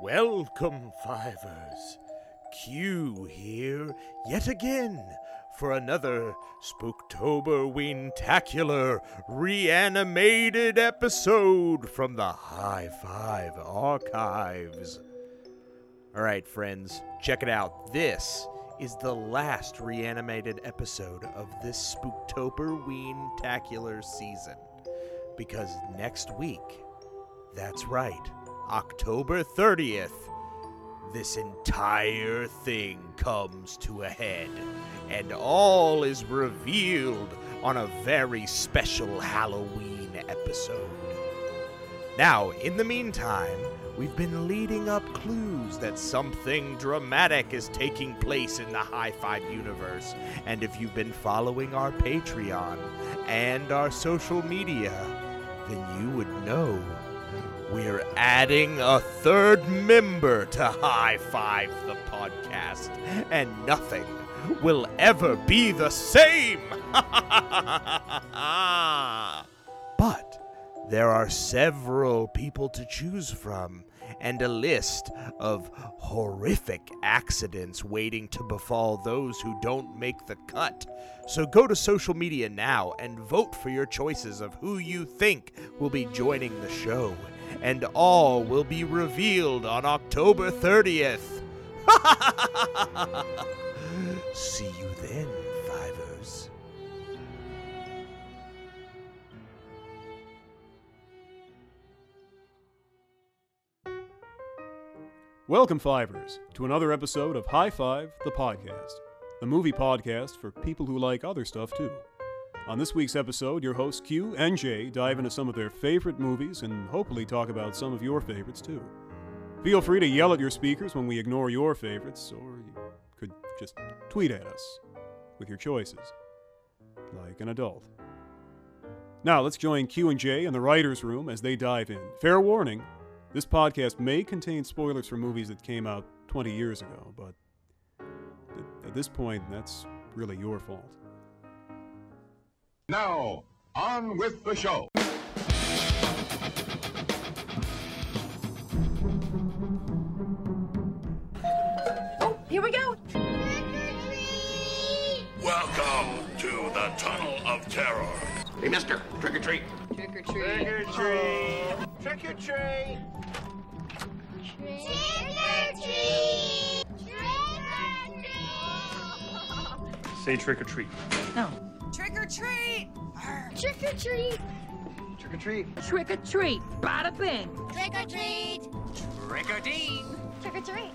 Welcome, Fivers. Q here yet again for another Spooktober Wintacular reanimated episode from the High Five Archives. All right, friends, check it out. This is the last reanimated episode of this Spooktober Wintacular season because next week that's right. October 30th, this entire thing comes to a head, and all is revealed on a very special Halloween episode. Now, in the meantime, we've been leading up clues that something dramatic is taking place in the High Five universe, and if you've been following our Patreon and our social media, then you would know we're adding a third member to High Five the podcast, and nothing will ever be the same. but there are several people to choose from, and a list of horrific accidents waiting to befall those who don't make the cut. So go to social media now and vote for your choices of who you think will be joining the show and all will be revealed on October 30th. See you then, Fivers. Welcome, Fivers, to another episode of High Five, the podcast, the movie podcast for people who like other stuff too. On this week's episode, your hosts Q and J dive into some of their favorite movies and hopefully talk about some of your favorites too. Feel free to yell at your speakers when we ignore your favorites, or you could just tweet at us with your choices, like an adult. Now, let's join Q and J in the writer's room as they dive in. Fair warning this podcast may contain spoilers for movies that came out 20 years ago, but at, at this point, that's really your fault. Now, on with the show. Oh, here we go. Welcome to the Tunnel of Terror. Hey, mister, trick or treat. Trick or treat. Trick or treat! Trick Say trick or treat. Trick or treat. or treat! Trick or treat. Bada bing. Trick or treat! Trick or treat! Trick or treat!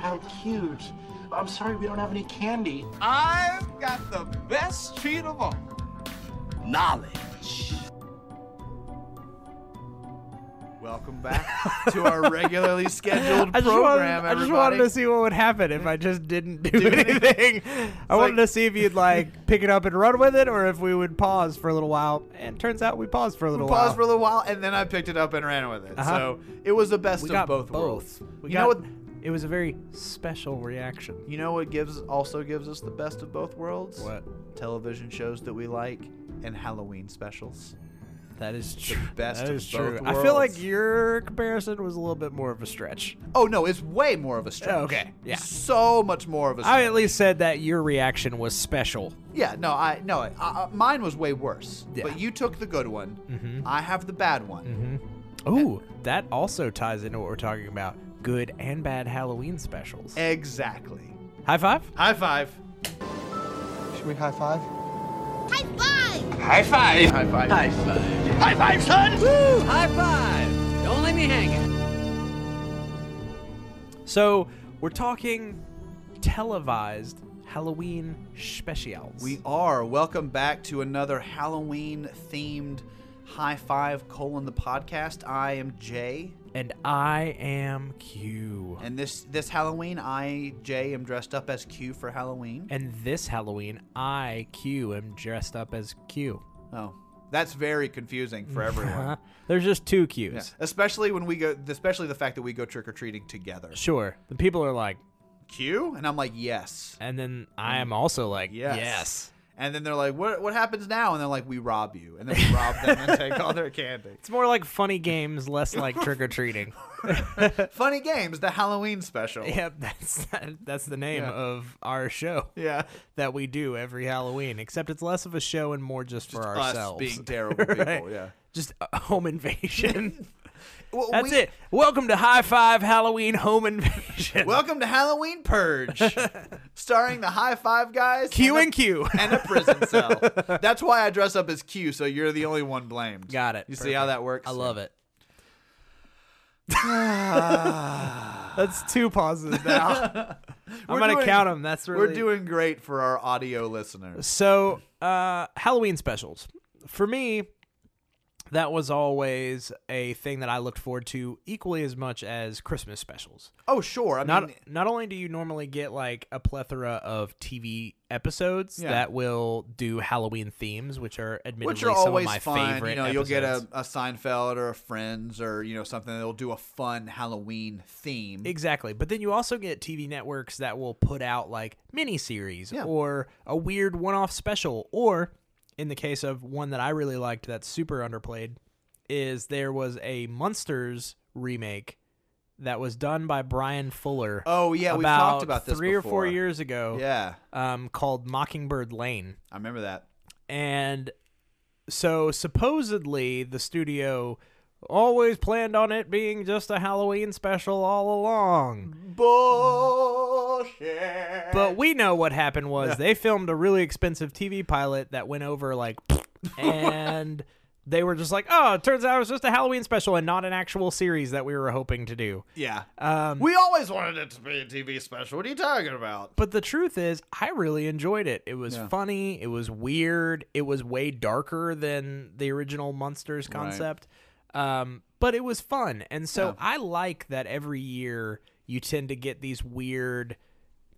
How cute. I'm sorry we don't have any candy. I've got the best treat of all. Knowledge. Welcome back to our regularly scheduled I just, wanted, program. I just everybody. wanted to see what would happen if I just didn't do, anything. anything. I wanted like- to see if you'd like pick it up and run with it, or if we would pause for a little while. And turns out we paused for a little pause while. for a little while, and then I picked it up and ran with it. Uh-huh. So it was the best we of got both, worlds. We you got, know what? It was a very special reaction. You know what gives also gives us the best of both worlds? What? Television shows that we like and Halloween specials. That is The best That of is true. both I feel like worlds. your comparison was a little bit more of a stretch. Oh no, it's way more of a stretch. Oh, okay, yeah. So much more of a stretch. I at least said that your reaction was special. Yeah, no, I no, I, I, mine was way worse. Yeah. Mm-hmm. But you took the good one. I have the bad one. Ooh, that also ties into what we're talking about: good and bad Halloween specials. Exactly. High five. High five. Should we high five? High five! High five. High five. High five. High five, son. Woo! High five. Don't let me hang it. So we're talking televised Halloween specials. We are. Welcome back to another Halloween themed high five colon the podcast. I am Jay. and I am Q. And this this Halloween I Jay am dressed up as Q for Halloween. And this Halloween, I Q am dressed up as Q. Oh. That's very confusing for everyone. There's just two Uh-huh. Yeah. Qs. Especially when we go especially the fact that we go trick or treating together. Sure. The people are like, Q? And I'm like, yes. and then I am also like, Yes. yes. And then they're like, "What? What happens now?" And they're like, "We rob you," and then we rob them and take all their candy. It's more like funny games, less like trick or treating. Funny games, the Halloween special. Yep, that's that's the name Yeah. of our show Yeah. that we do every Halloween. Except it's less of a show and more just, for ourselves. Us being terrible people. Right. Yeah. Just a home invasion. Well, That's we- it. Welcome to High Five Halloween Home Invasion. Welcome to Halloween Purge, starring the High Five guys. Q and and Q. a- and a prison cell. That's why I dress up as Q, so you're the only one blamed. Got it. You see how Perfect. that works? I love it. That's two pauses now. I'm We're gonna 'em. doing- count them. That's really We're doing great for our audio listeners. So, uh, Halloween specials. For me, that was always a thing that I looked forward to equally as much as Christmas specials. Oh, sure. I Not mean, not only do you normally get like a plethora of TV episodes Yeah. that will do Halloween themes, which are admittedly which are some always of my fun. favorite. You know, you'll get a, episodes. a Seinfeld or a Friends or you know something that'll do a fun Halloween theme. Exactly. But then you also get TV networks that will put out like miniseries Yeah. or a weird one off special. Or in the case of one that I really liked that's super underplayed, is there was a Monsters remake that was done by Brian Fuller. Oh, yeah, we've talked about this three or four before. years ago. yeah, Um, called Mockingbird Lane I remember that. and so supposedly the studio always planned on it being just a Halloween special all Mm-hmm. along. Mm. Bullshit. But we know what happened was they filmed a really expensive TV pilot that went over like and they were just like, "Oh, it turns out it was just a Halloween special and not an actual series that we were hoping to do." Yeah, um, we always wanted it to be a TV special. What are you talking about? But the truth is, I really enjoyed it. It was funny. It was weird. It was way darker than the original Monsters concept. Um, but it was fun. And so I like that every year you tend to get these weird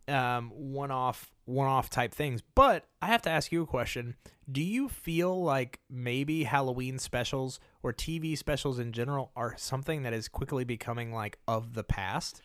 um, one off one off type things. But I have to ask you a question. Do you feel like maybe Halloween specials or TV specials in general are something that is quickly becoming like of the past?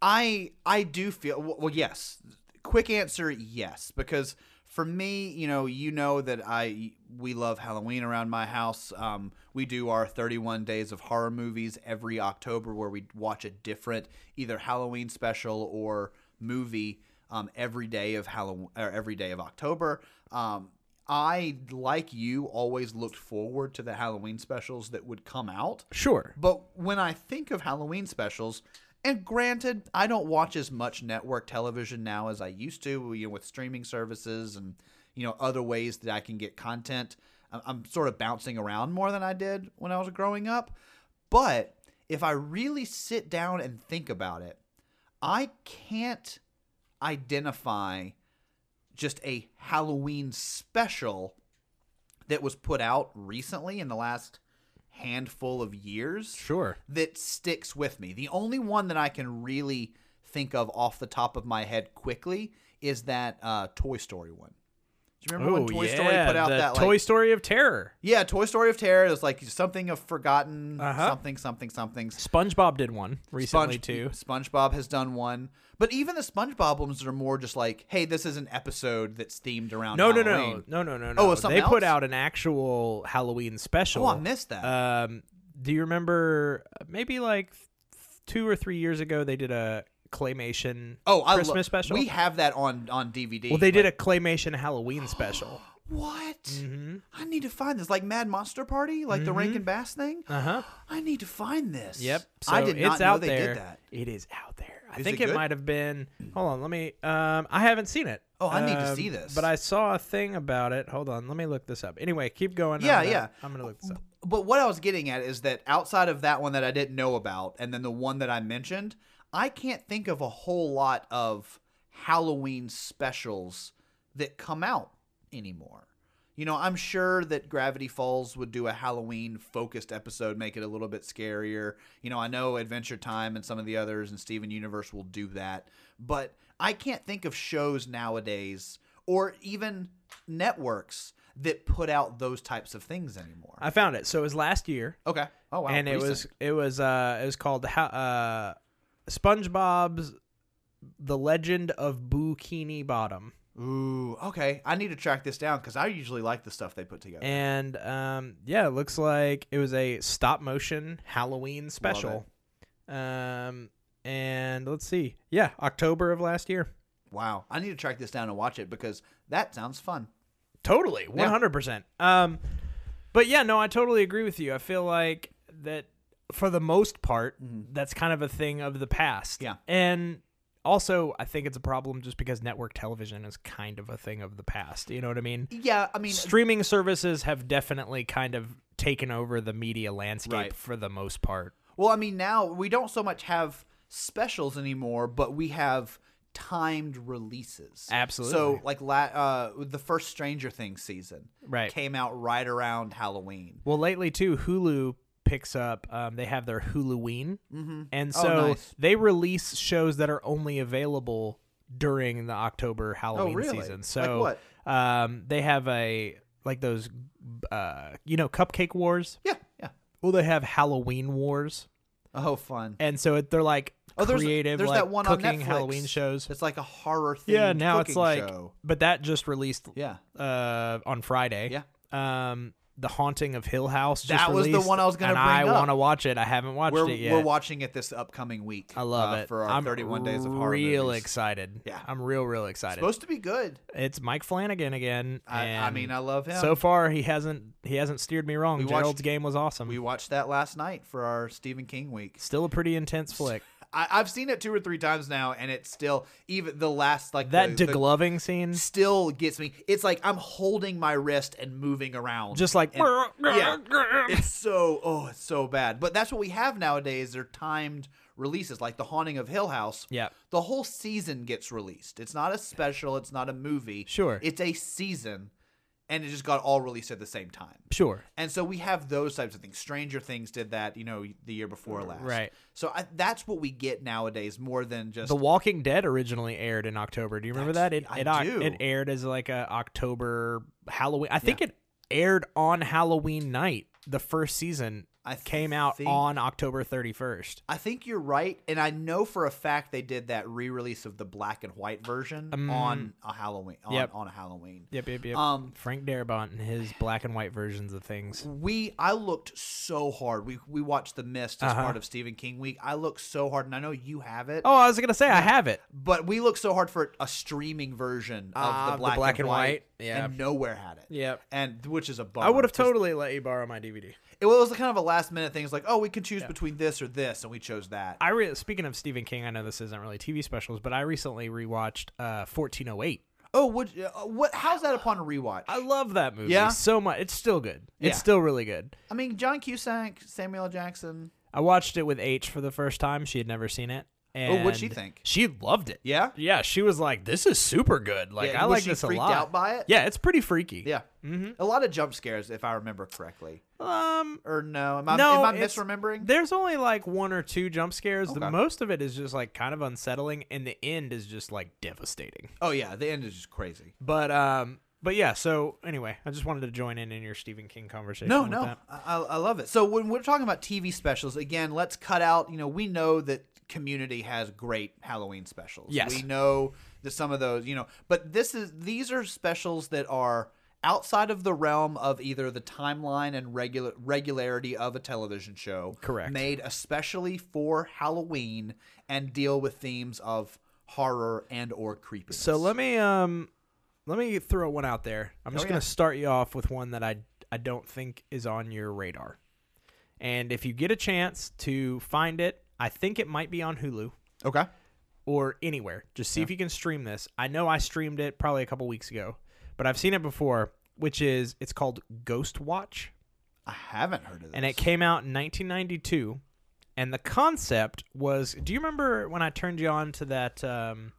I I do feel well, well. Yes. Quick answer: Yes, because for me, you know, you know that I we love Halloween around my house. Um, we do our 31 days of horror movies every October, where we watch a different either Halloween special or movie um, every day of Halloween or every day of October. Um, I like you always looked forward to the Halloween specials that would come out. Sure. But when I think of Halloween specials, and granted, I don't watch as much network television now as I used to, you know, with streaming services and you know other ways that I can get content. I- I'm sort of bouncing around more than I did when I was growing up. But if I really sit down and think about it, I can't identify just a Halloween special that was put out recently in the last handful of years Sure. that sticks with me. The only one that I can really think of off the top of my head quickly is that uh, Toy Story one. Do you remember when Toy Story put out Oh, the that Toy like, Story of Terror. yeah Toy Story of Terror? It was like something of forgotten Uh-huh. something something something. SpongeBob did one Sponge- recently too. SpongeBob has done one, but even the SpongeBob ones are more just like, hey, this is an episode that's themed around. No, no, no, Halloween. no, no, no, no. Oh, it's something they put else? out an actual Halloween special. Oh, I missed that. Um, do you remember? uh, Maybe like th- two or three years ago, they did a claymation. Oh, I Christmas lo- special. We have that on on DVD. well, they did a claymation Halloween special. What? Mm-hmm. I need to find this. Like Mad Monster Party, like the Rankin Bass thing. Uh Uh-huh. I need to find this. Yep. So I did it's not know out they there. did that. It is out there. I Is think it it, good? might have been. Hold on, let me. Um, I haven't seen it. Oh, I need to Um, see this. But I saw a thing about it. Hold on, let me look this up. Anyway, keep going. I'm Yeah, gonna- yeah. I'm gonna look this up. But what I was getting at is that outside of that one that I didn't know about, and then the one that I mentioned, I can't think of a whole lot of Halloween specials that come out anymore. You know, I'm sure that Gravity Falls would do a Halloween focused episode, make it a little bit scarier. You know, I know Adventure Time and some of the others and Steven Universe will do that, but I can't think of shows nowadays or even networks that put out those types of things anymore. I found it. So it was last year, Okay. Oh wow. and it recent. was it was uh it was called how uh SpongeBob's The Legend of Bikini Bottom. Ooh, okay. I need to track this down because I usually like the stuff they put together. And um, yeah, it looks like it was a stop motion Halloween special. Um, and let's see. Yeah, October of last year. Wow, I need to track this down and watch it because that sounds fun. Totally, one Yeah. hundred percent. Um, but yeah, no, I totally agree with you. I feel like that for the most part, that's kind of a thing of the past. Mm-hmm. Yeah. and also I think it's a problem just because network television is kind of a thing of the past. You know what I mean? Yeah, I mean, Streaming services have definitely kind of taken over the media landscape Right. for the most part. Well, I mean, now we don't so much have specials anymore, but we have timed releases. Absolutely. So, like la- uh, the first Stranger Things season, Right. came out right around Halloween. Well, lately too, Hulu picks up. Um, they have their Huluween, mm-hmm. and Oh, so nice. they release shows that are only available during the October Halloween Oh, really? season. Like So, what? Um, they have a like those, uh, you know, Cupcake Wars. Yeah, yeah. Well, they have Halloween Wars, Oh, fun. and so it, they're like Oh, there's creative, there's like that one cooking on Netflix. Halloween shows. It's like a horror. Themed Yeah, now it's cooking like, show. but that just released yeah. uh, on Friday. Yeah. Um, The Haunting of Hill House. Just That was the released, one I was gonna and bring I up. want to watch it. I haven't watched We're it yet. we're watching it this upcoming week. I love uh, it. for our I'm 31 days of horror. real movies. excited. Yeah. I'm real, real excited. Supposed to be good. it's Mike Flanagan again. I- I and mean, I love him. So far, he hasn't he hasn't steered me wrong. We watched- Gerald's game was awesome. We watched that last night for our Stephen King week. Still a pretty intense flick. I, I've seen it two or three times now, and it's still even the last like That the, the- degloving scene, still gets me. It's like I'm holding my wrist and moving around, just like And- yeah. It's so oh, it's so bad. But that's what we have nowadays. They're timed releases, like The Haunting of Hill House. Yeah. the whole season gets released. It's not a special. It's not a movie. Sure. it's a season, and it just got all released at the same time. sure. And so we have those types of things. Stranger Things did that, you know, the year before last. Right. So I, that's what we get nowadays more than just The Walking Dead originally aired in October. Do you remember that? It I it, oc- do. it aired as like a October Halloween. I think it aired on Halloween night. The first season I came out think- on October 31st. I think you're right, and I know for a fact they did that re-release of the black and white version on a Halloween. On, Mm. Yep. on a Halloween. Yep, yep, yep. Um, Frank Darabont and his black and white versions of things. We I looked so hard. We we watched The Mist as part of Stephen King week. I looked so hard, and I know you have it. Uh-huh. Oh, I was gonna say I have it. But we looked so hard for a streaming version of Ah, the, black and, white, yeah. and nowhere had it. Yep. and which is a bummer. I would have Just- totally let you borrow my DVD. It was kind of a last minute thing. It's like, oh, we can choose between this or this, and we chose that. I re- speaking of Stephen King, I know this isn't really TV specials, but I recently rewatched uh, 1408. oh, would, uh, what? How's that upon a rewatch? I love that movie Yeah? so much. It's still good. Yeah. It's still really good. I mean, John Cusack, Samuel L. Jackson. I watched it with H for the first time. She had never seen it. And Oh, what'd she think? She loved it. Yeah? Yeah, she was like, "This is super good. Like, Yeah, I was like she this freaked a lot." out by it? Yeah, it's pretty freaky. Yeah, Mm-hmm. a lot of jump scares, if I remember correctly. Um, Or no, am I, am no, I it's- misremembering? There's only like one or two jump scares. Okay. The most of it is just like kind of unsettling, and the end is just like devastating. oh yeah, the end is just crazy. But um, but yeah. So anyway, I just wanted to join in in your Stephen King conversation. No, with no, that. I, I I love it. So when we're talking about TV specials, again, let's cut out. You know, we know that Community has great Halloween specials. Yes. we know that some of those. You know, but this is these are specials that are outside of the realm of either the timeline and regular regularity of a television show. Correct. Made especially for Halloween and deal with themes of horror and or creepiness. So let me um, let me throw one out there. I'm just gonna start you off with one that I I don't think is on your radar. And if you get a chance to find it, I think it might be on Hulu. Okay. or anywhere. Just see if you can stream this. I know I streamed it probably a couple weeks ago, but I've seen it before, which is it's called Ghost Watch, I haven't heard of this. and it came out in 1992. And the concept was, do you remember when I turned you on to that um,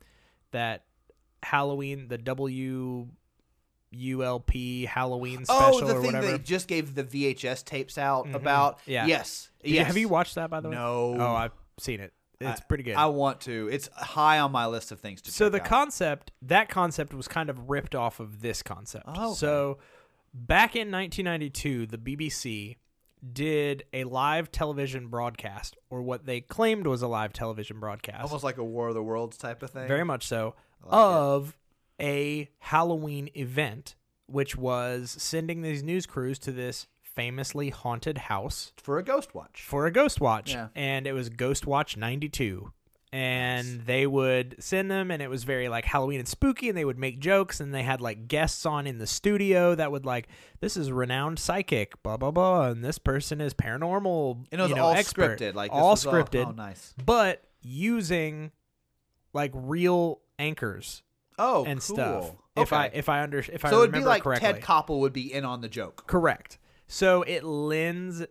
that Halloween, the W ULP Halloween special Oh, the or thing whatever? Mm-hmm. they just gave the VHS tapes out about. Yeah. Yes. Did you- yes. Have you watched that by the way? No. Oh, I've seen it. It's pretty good. I want to. It's high on my list of things to. so the check out. concept that concept was kind of ripped off of this concept Oh, okay. so back in 1992 the bbc did a live television broadcast or what they claimed was a live television broadcast almost like a War of the Worlds type of thing. very much so of a Halloween event, which was sending these news crews to this famously haunted house for a ghost watch. for a ghost watch Yeah. and it was ghost watch 92 and they would send them and it was very like halloween and spooky and they would make jokes and they had like guests on in the studio that would like this is renowned psychic blah blah blah and this person is paranormal And it was you know, all expert. scripted. Like this all was scripted oh, nice. but using like real anchors Oh, and cool. stuff Okay. if i if i under if i so it'd remember be like correctly Ted Koppel would be in on the joke. correct so it lends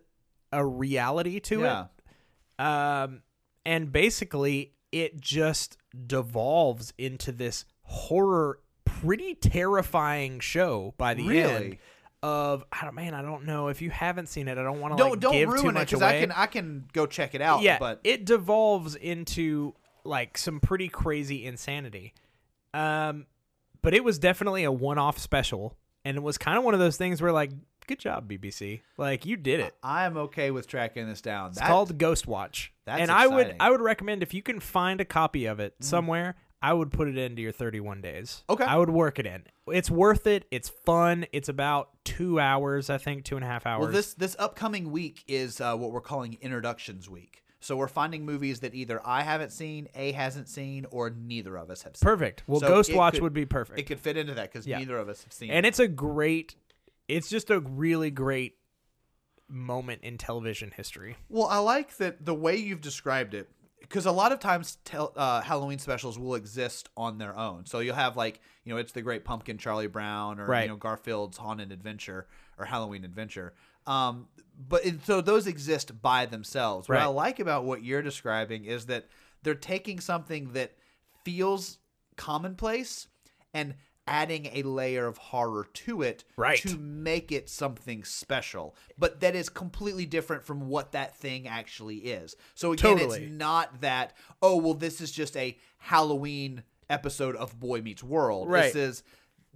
a reality to it yeah. um, and basically it just devolves into this horror, pretty terrifying show by the Really? end. Of I don't man, I don't know if you haven't seen it. I don't want to Don't like, don't give too ruin it much because away. I can I can go check it out. yeah, but it devolves into like some pretty crazy insanity. Um, but it was definitely a one-off special, and it was kind of one of those things where like, good job BBC, like you did it. I'm okay with tracking this down. It's That- called Ghost Watch. that's and I would exciting. Mm-hmm. I would recommend if you can find a copy of it somewhere, I would put it into your 31 days. Okay. I would work it in. It's worth it. It's fun. It's about two hours, I think, two and a half hours. Well, this this upcoming week is uh, what we're calling introductions week. So we're finding movies that either I haven't seen, A hasn't seen, or neither of us have seen. perfect. Well, So Ghost it Watch could- would be perfect. It could fit into that because Yeah. neither of us have seen. and it. it's a great. It's just a really great moment in television history. Well, I like that the way you've described it, because a lot of times tel- uh, Halloween specials will exist on their own. So you'll have like, you know, it's the Great Pumpkin, Charlie Brown, or Right. you know Garfield's Haunted Adventure or Halloween Adventure. Um, but it, so those exist by themselves. What I Right. like about what you're describing is that they're taking something that feels commonplace and adding a layer of horror to it Right. to make it something special, but that is completely different from what that thing actually is. So again, Totally. it's not that oh well, this is just a Halloween episode of Boy Meets World. Right. This is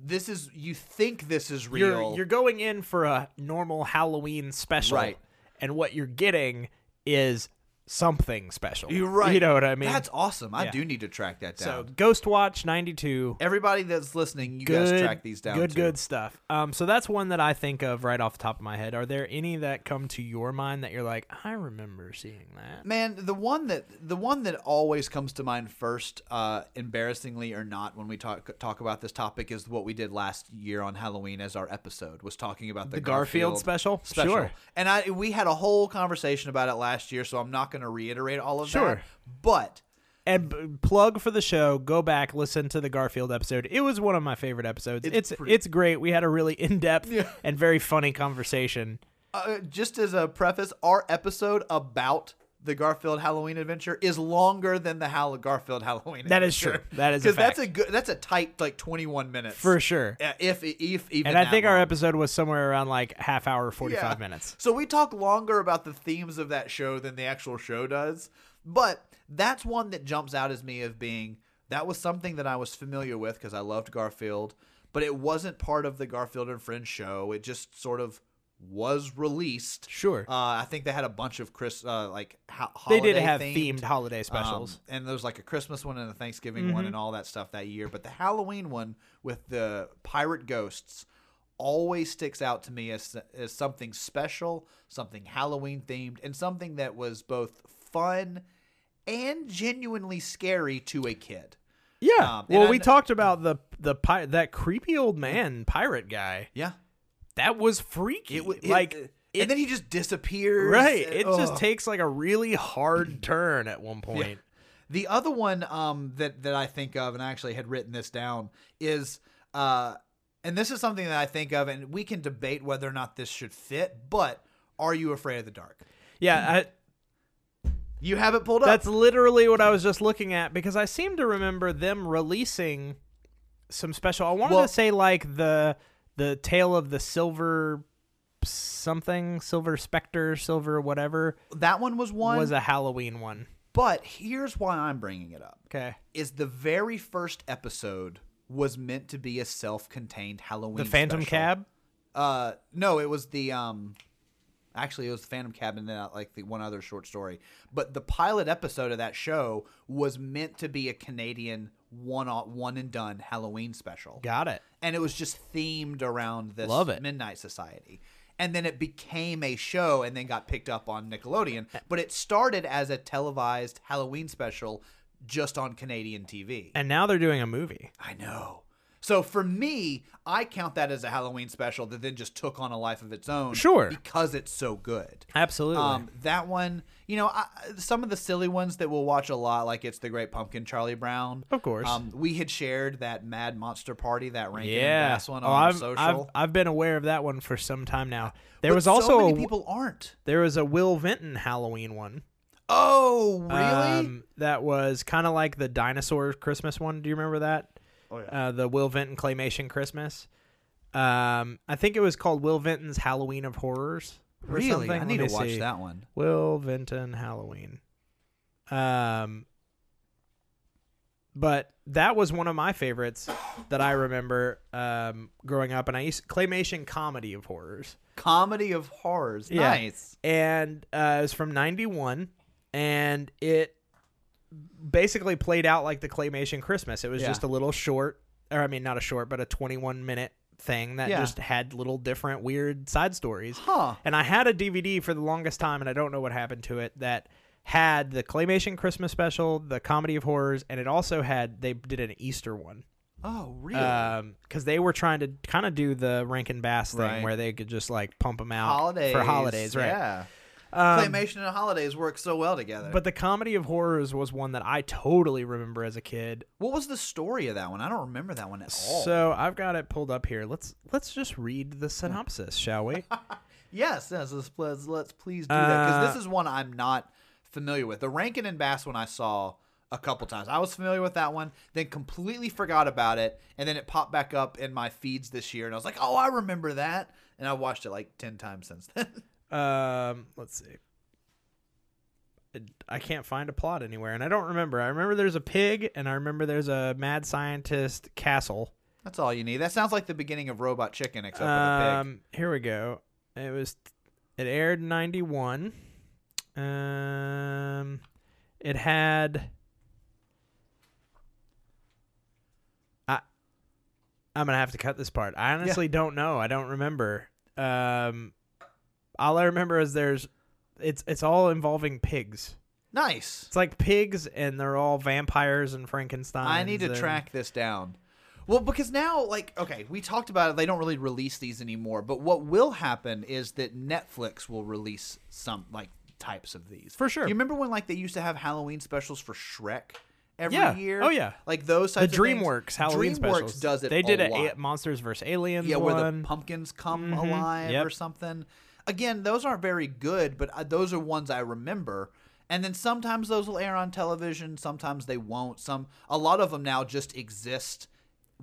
this is you think this is real. You're you're going in for a normal Halloween special, Right. And what you're getting is something special. You're right. You know what I mean? That's awesome. I Yeah. do need to track that So down. Ghost Watch 92. everybody that's listening, you Good, guys track these down. good, too. good stuff. Um, so that's one that I think of right off the top of my head. Are there any that come to your mind that you're like, I remember seeing that? Man, the one that the one that always comes to mind first, uh, embarrassingly or not, when we talk talk about this topic is what we did last year on Halloween as our episode was talking about the, The Garfield special? special. Sure. And I we had a whole conversation about it last year, so I'm not going to reiterate all of Sure. that. But And b- plug for the show. Go back, listen to the Garfield episode. It was one of my favorite episodes. It's It's it's, pretty- great. We had a really in depth and very funny conversation. uh, just as a preface, our episode about the Garfield Halloween adventure is longer than the Hall- Garfield Halloween. That is true. That is a because that's a fact. good that's a tight like 21 minutes For sure. Uh, If if even And I that think our long. episode was somewhere around like half hour, forty Yeah. five minutes. So we talk longer about the themes of that show than the actual show does. But that's one that jumps out as me of being that was something that I was familiar with because I loved Garfield, but it wasn't part of the Garfield and Friends show. It just sort of was released. Sure. Uh, I think they had a bunch of Chris uh, like ho- they did holiday have themed themed holiday um, specials. Mm-hmm. and there was like a Christmas one and a Thanksgiving one and all that stuff that year. But the Halloween one with the pirate ghosts always sticks out to me as, as something special, something Halloween themed, and something that was both fun and genuinely scary to a kid. Yeah. Um, and well, I we kn- talked about the the pi- that creepy old man pirate guy. Yeah. That was freaky. It, w- it- like and it, then he just disappears. right. and- It ugh. just takes like a really hard turn at one point. The other one um, that that I think of, and I actually had written this down, is, uh, and this is something that I think of, and we can debate whether or not this should fit. But are you afraid of the dark? Yeah. I, You have it pulled up. that's literally what I was just looking at because I seem to remember them releasing some special. I wanted Well- to say like the the tale of the silver something, silver specter, silver whatever that one was one. was a Halloween one. but here's why I'm bringing it up. Okay. Is the very first episode was meant to be a self-contained Halloween. The Phantom special. Cab. Uh, no, it was the um. Actually, it was the Phantom Cabin, and then uh, like the one other short story. But the pilot episode of that show was meant to be a Canadian one one and done Halloween special. Got it. And it was just themed around this Love it. Midnight Society. And then it became a show and then got picked up on Nickelodeon. But it started as a televised Halloween special just on Canadian TV. And now they're doing a movie. I know. So for me, I count that as a Halloween special that then just took on a life of its own. Sure. Because it's so good. Absolutely. Um, that one, you know, I, some of the silly ones that we'll watch a lot, like it's the Great Pumpkin, Charlie Brown. Of course. Um, we had shared that Mad Monster Party, that Rankin and yeah. Bass one Oh, on our I've, I've, social. I've been aware of that one for some time now. There But was so also many a, people aren't. there was a Will Vinton Halloween one. Oh, really? Um, that was kind of like the dinosaur Christmas one. Do you remember that? Oh yeah. Uh, the Will Vinton claymation Christmas. Um, I think it was called Will Vinton's Halloween of Horrors. or really? something. I Let need me to watch see. that one. Will Vinton Halloween. Um, but that was one of my favorites that I remember um, growing up, and I used claymation comedy of horrors. Comedy of horrors. Yeah. Nice. and uh, it was from '91, and it basically played out like the claymation Christmas. It was Yeah. just a little short, or I mean, not a short, but a 21 minute thing that Yeah. just had little different weird side stories. Huh. And I had a DVD for the longest time, and I don't know what happened to it that had the claymation Christmas special, the comedy of horrors, and it also had they did an Easter one Oh, really? because they were trying to kind of do the Rankin Bass thing Right. where they could just like pump them out holidays. for holidays, right? Um, Yeah. Claymation and holidays work so well together. But the comedy of horrors was one that I totally remember as a kid. what was the story of that one? I don't remember that one at all. So I've got it pulled up here. Let's let's just read the synopsis, shall we? Yes, yes. Let's, let's, let's please do that because Uh, this is one I'm not familiar with. The Rankin and Bass one I saw a couple times. I was familiar with that one, then completely forgot about it, and then it popped back up in my feeds this year, and I was like, "Oh, I remember that," and I watched it like ten times since then. um, let's see. It- I can't find a plot anywhere, and I don't remember. I remember there's a pig, and I remember there's a mad scientist castle. That's all you need. That sounds like the beginning of Robot Chicken, except with a pig. Um, here we go. It was it aired in 91. Um it had I I'm going to have to cut this part. I honestly don't know. I don't remember. Um all I remember is there's it's it's all involving pigs. Nice. It's like pigs and they're all vampires and Frankenstein. I need to track this down. Well, because now, like, okay, we talked about it. They don't really release these anymore. But what will happen is that Netflix will release some like types of these For sure. You remember when like they used to have Halloween specials for Shrek every Yeah. year? Oh, yeah. like those the types of things. DreamWorks Halloween DreamWorks specials. does it. They did a a, lot. Monsters vs Aliens Yeah, one. Mm-hmm. where the pumpkins come alive Yep. or something. Again, those aren't very good, but uh, those are ones I remember. And then sometimes those will air on television, sometimes they won't. Some a lot of them now just exist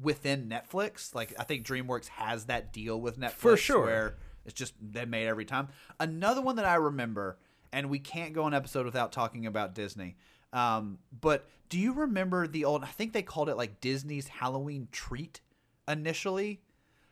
within Netflix. Like I think DreamWorks has that deal with Netflix For sure. where it's just they made every time. Another one that I remember, and we can't go an episode without talking about Disney. Um, but do you remember the old? I think they called it like Disney's Halloween Treat initially.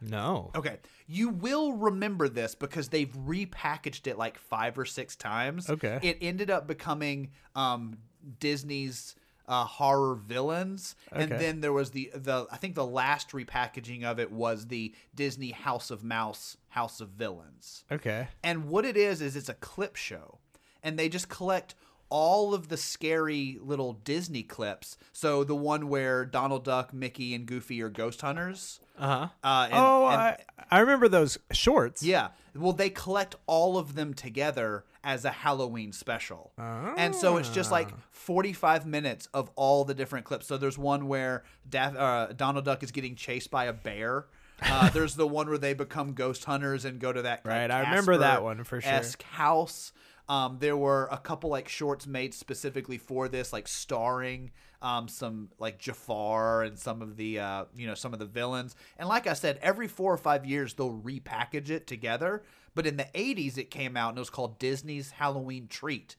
No. Okay. You will remember this because they've repackaged it like five or six times. Okay. It ended up becoming um, Disney's uh, horror villains, and Okay. then there was the the I think the last repackaging of it was the Disney House of Mouse House of Villains. Okay. And what it is is it's a clip show, and they just collect all of the scary little Disney clips. So the one where Donald Duck, Mickey, and Goofy are ghost hunters. Uh-huh. Uh, and, oh, and- I, I remember those shorts. yeah. Well, they collect all of them together as a Halloween special. And so it's just like 45 minutes of all the different clips. So there's one where Daff, uh, Donald Duck is getting chased by a bear. Uh, there's the one where they become ghost hunters and go to that Right, I remember that one for sure. Casper-esque house. Um, there were a couple like shorts made specifically for this, like starring um, some like Jafar and some of the uh, you know some of the villains. And like I said, every four or five years they'll repackage it together. But in the '80s, it came out and it was called Disney's Halloween Treat,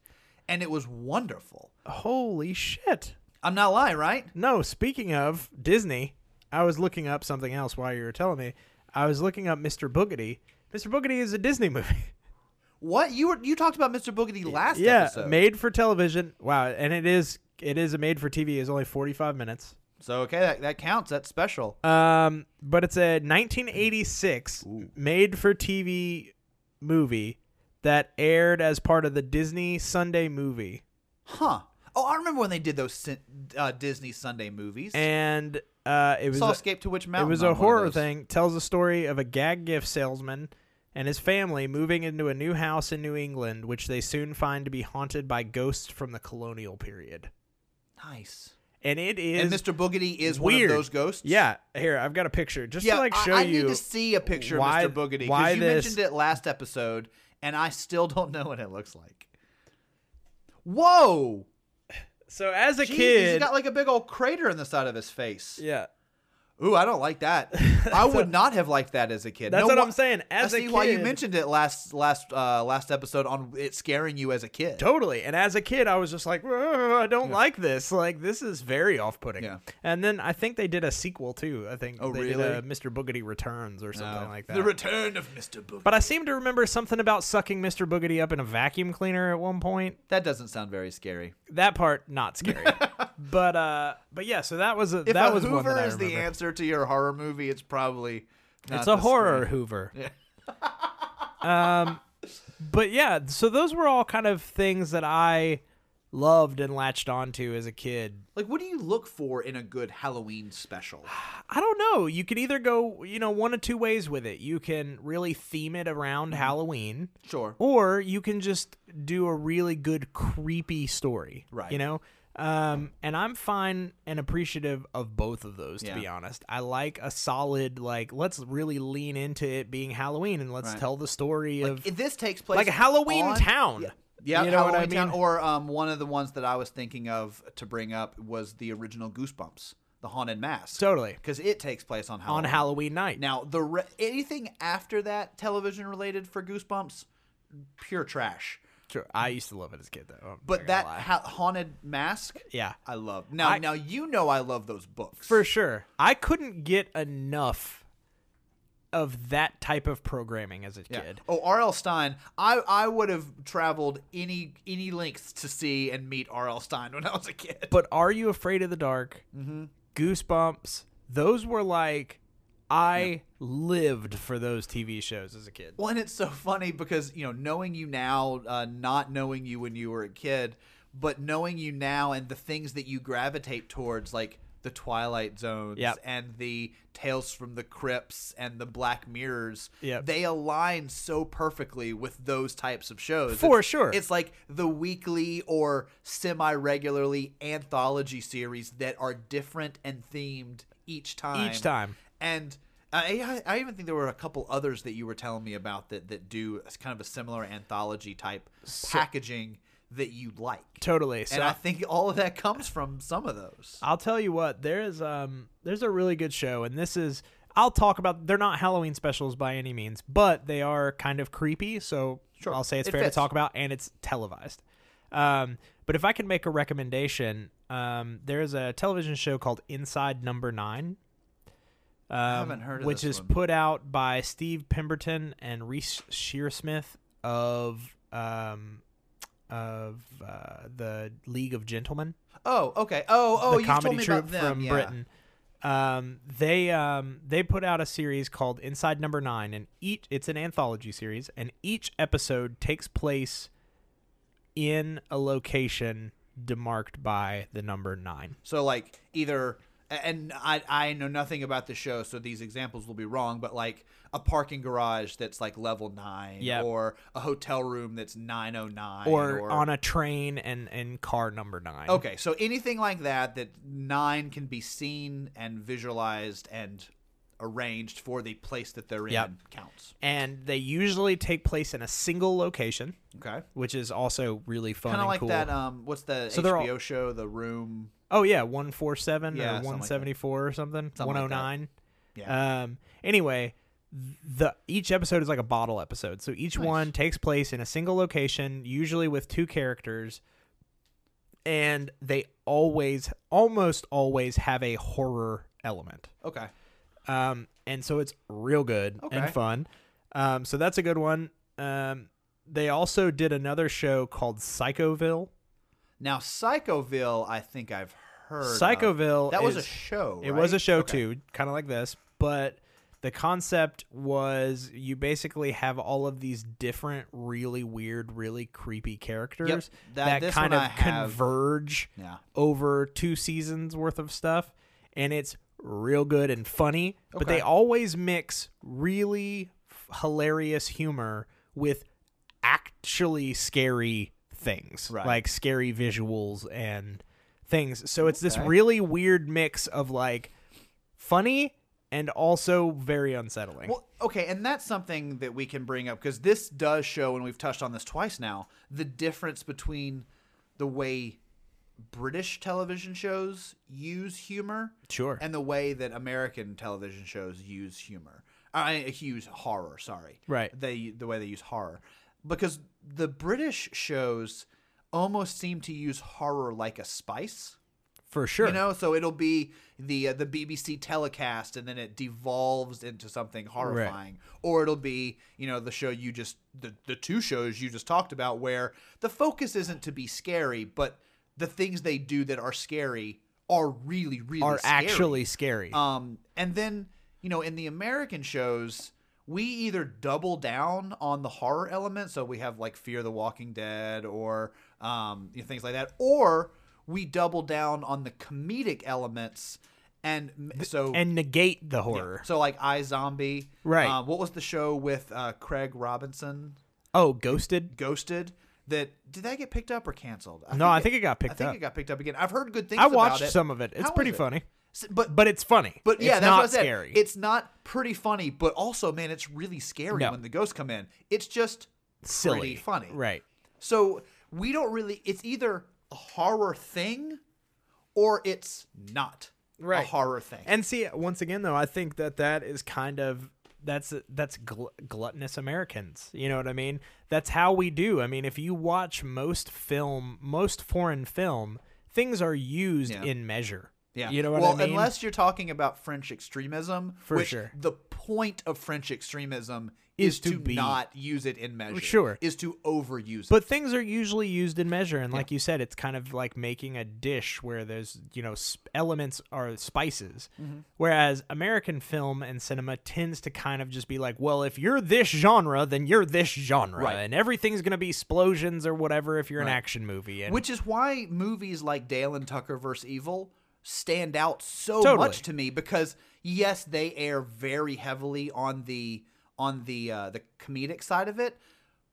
and it was wonderful. Holy shit. I'm not lying, right? No, speaking of Disney, I was looking up something else while you were telling me. I was looking up Mr. Boogedy. Mr. Boogedy is a Disney movie. What you were you talked about Mr. Boogedy last yeah, episode? made for television. Wow, and it is it is a made for TV. It's only 45 minutes. So okay, that, that counts. That's special. Um, but it's a 1986 made for TV movie that aired as part of the Disney Sunday movie. Huh. Oh, I remember when they did those Sin- uh, Disney Sunday movies. And uh, it was Saw a- Escape to Witch it Mountain. was on a one of horror those. thing. Tells the story of a gag gift salesman and his family moving into a new house in New England, which they soon find to be haunted by ghosts from the colonial period. Nice. And it is And Mr. Boogedy is one weird. of those ghosts. Yeah, here I've got a picture just yeah. to like I- show I, you. need to see a picture why- of Mr. Boogedy why because you this- mentioned it last episode, and I still don't know what it looks like. Whoa! So as a Jeez, he's kid, got like a big old crater in the side of his face. yeah, Ooh, I don't like that. I would not have liked that as a kid. that's No what wo- I'm saying. As I a see kid, why you mentioned it last last uh, last episode on it scaring you as a kid. Totally. And as a kid, I was just like, "Whoa, I don't like this. Like, this is very off putting. Yeah. And then I think they did a sequel too. I think Oh, they did really? Oh. a Mr. Boogedy Returns or something like that. The return of Mr. Boogedy. but I seem to remember something about sucking Mr. Boogedy up in a vacuum cleaner at one point. That doesn't sound very scary. That part not scary. but uh but yeah, so that was a If that a was one Hoover that I is the remember. answer to your horror movie, it's probably not It's the a horror scary- Hoover. um, but yeah, so those were all kind of things that I loved and latched onto as a kid. Like, what do you look for in a good Halloween special? I don't know. You can either go, you know, one of two ways with it. You can really theme it around Halloween, Mm-hmm. Sure. or you can just do a really good creepy story. Right. You know? Um, and I'm fine and appreciative of both of those, to Yeah. be honest. I like a solid, like, let's really lean into it being Halloween and let's Right. tell the story of If this takes place like a Halloween on- town. Yeah. Yeah, you know Halloween what I mean. Town, or um, one of the ones that I was thinking of to bring up was the original Goosebumps, the Haunted Mask, totally because it takes place on on Halloween. Halloween night. Now, the re- anything after that, television related for Goosebumps, pure trash. True. I used to love it as a kid though. I'm But not gonna that lie. ha- haunted mask, yeah, I love. Now, I- now you know I love those books for sure. I couldn't get enough of that type of programming as a Yeah. kid. Oh, R.L. Stein. I, I would have traveled any any lengths to see and meet R.L. Stein when I was a kid. But Are You Afraid of the Dark? Mm-hmm. Goosebumps. Those were like I lived for those TV shows as a kid. Well, and it's so funny because you know, knowing you now, uh, not knowing you when you were a kid, but knowing you now and the things that you gravitate towards, like the Twilight Zones Yep. and the Tales from the Crypts and the Black Mirrors, Yep. they align so perfectly with those types of shows. For It's- sure. it's like the weekly or semi-regularly anthology series that are different and themed each time. Each time. And I, I I even think there were a couple others that you were telling me about that that do s- kind of a similar anthology type packaging that you like. Totally. So and I think all of that comes from some of those. I'll tell you what, there is um there's a really good show and this is I'll talk about they're not Halloween specials by any means, but they are kind of creepy, so I'll say it's It fair fits. to talk about and it's televised. Um but if I can make a recommendation, um there's a television show called Inside Number 9. Um, haven't heard of which this is one. put out by Steve Pemberton and Reese Shearsmith of um of uh, the League of Gentlemen Oh, okay. Oh, oh, the you told comedy me troupe about them. from yeah. Britain. Um, they um, they put out a series called Inside Number Nine, and each it's an anthology series, and each episode takes place in a location demarked by the number nine. So like either and I I know nothing about the show, so these examples will be wrong, but like a parking garage that's like level nine, Yep. or a hotel room that's nine oh nine, Or, on a train and, and car number nine. Okay, so anything like that that nine can be seen and visualized and arranged for the place that they're in Yep. counts. And they usually take place in a single location, Okay, which is also really fun kind of and like cool. that. Um, what's the So they're all- HBO show, The Room? Oh yeah, one four seven Yeah, or something like that. one seventy four or something. Something One like oh that. nine. Yeah. Um. Anyway, th- the each episode is like a bottle episode, so each one takes place in a single location, usually with two characters, and they always, almost always, have a horror element. Okay, Um. And so it's real good Okay. and fun. Um. So that's a good one. Um. They also did another show called Psychoville. now Psychoville, I think I've heard. of. Psychoville. That was a is- show. It was right? a show Okay. too, kind of like this, but the concept was you basically have all of these different, really weird, really creepy characters That- that, this kind one of I have- converge Yeah. over two seasons worth of stuff, and it's real good and funny. But Okay. they always mix really f- hilarious humor with actually scary things, Right. like scary visuals and things. So it's this Okay. really weird mix of like funny and also very unsettling. Well, okay, and that's something that we can bring up because this does show, and we've touched on this twice now, the difference between the way British television shows use humor, Sure. and the way that American television shows use humor. Uh, I use horror. Sorry, Right. They the way they use horror because the British shows almost seem to use horror like a spice. for sure. You know, so it'll be the uh, the BBC telecast, and then it devolves into something horrifying, or it'll be you know the show you just the the two shows you just talked about, where the focus isn't to be scary, but the things they do that are scary are really really are scary. actually scary. Um, and then you know, in the American shows, we either double down on the horror element, so we have like Fear the Walking Dead or um, you know, things like that, or we double down on the comedic elements, and m- so and negate the horror. so like I Zombie, Right. Uh, what was the show with uh, Craig Robinson, Oh, ghosted. Ghosted? That did that get picked up or canceled? No, I think it got picked I think up. it got picked up again. I've heard good things. I about watched it. some of it. It's How pretty is it? funny. S- But But it's funny. But yeah, it's that's not what I said. scary. It's not pretty funny, but also, man, it's really scary No. when the ghosts come in. It's just silly. pretty funny. Right. So we don't really. It's either a horror thing, or it's not Right. a horror thing. And see, once again, though, I think that that is kind of that's that's gl- gluttonous Americans. You know what I mean? That's how we do. I mean, if you watch most film, most foreign film, things are used Yeah. in measure. yeah, You know what well, I mean? unless you're talking about French extremism, For which sure. The point of French extremism Is is, to to, be- not use it in measure. Sure. is to overuse it. but things are usually used in measure, and like you said, it's kind of like making a dish where there's you know sp- elements are spices, Mm-hmm. whereas American film and cinema tends to kind of just be like, well, if you're this genre, then you're this genre, Right. and everything's gonna be explosions or whatever if you're an action movie, and Which is why movies like Dale and Tucker vs. Evil stand out so Totally. much to me because yes, they air very heavily on the on the uh, the comedic side of it,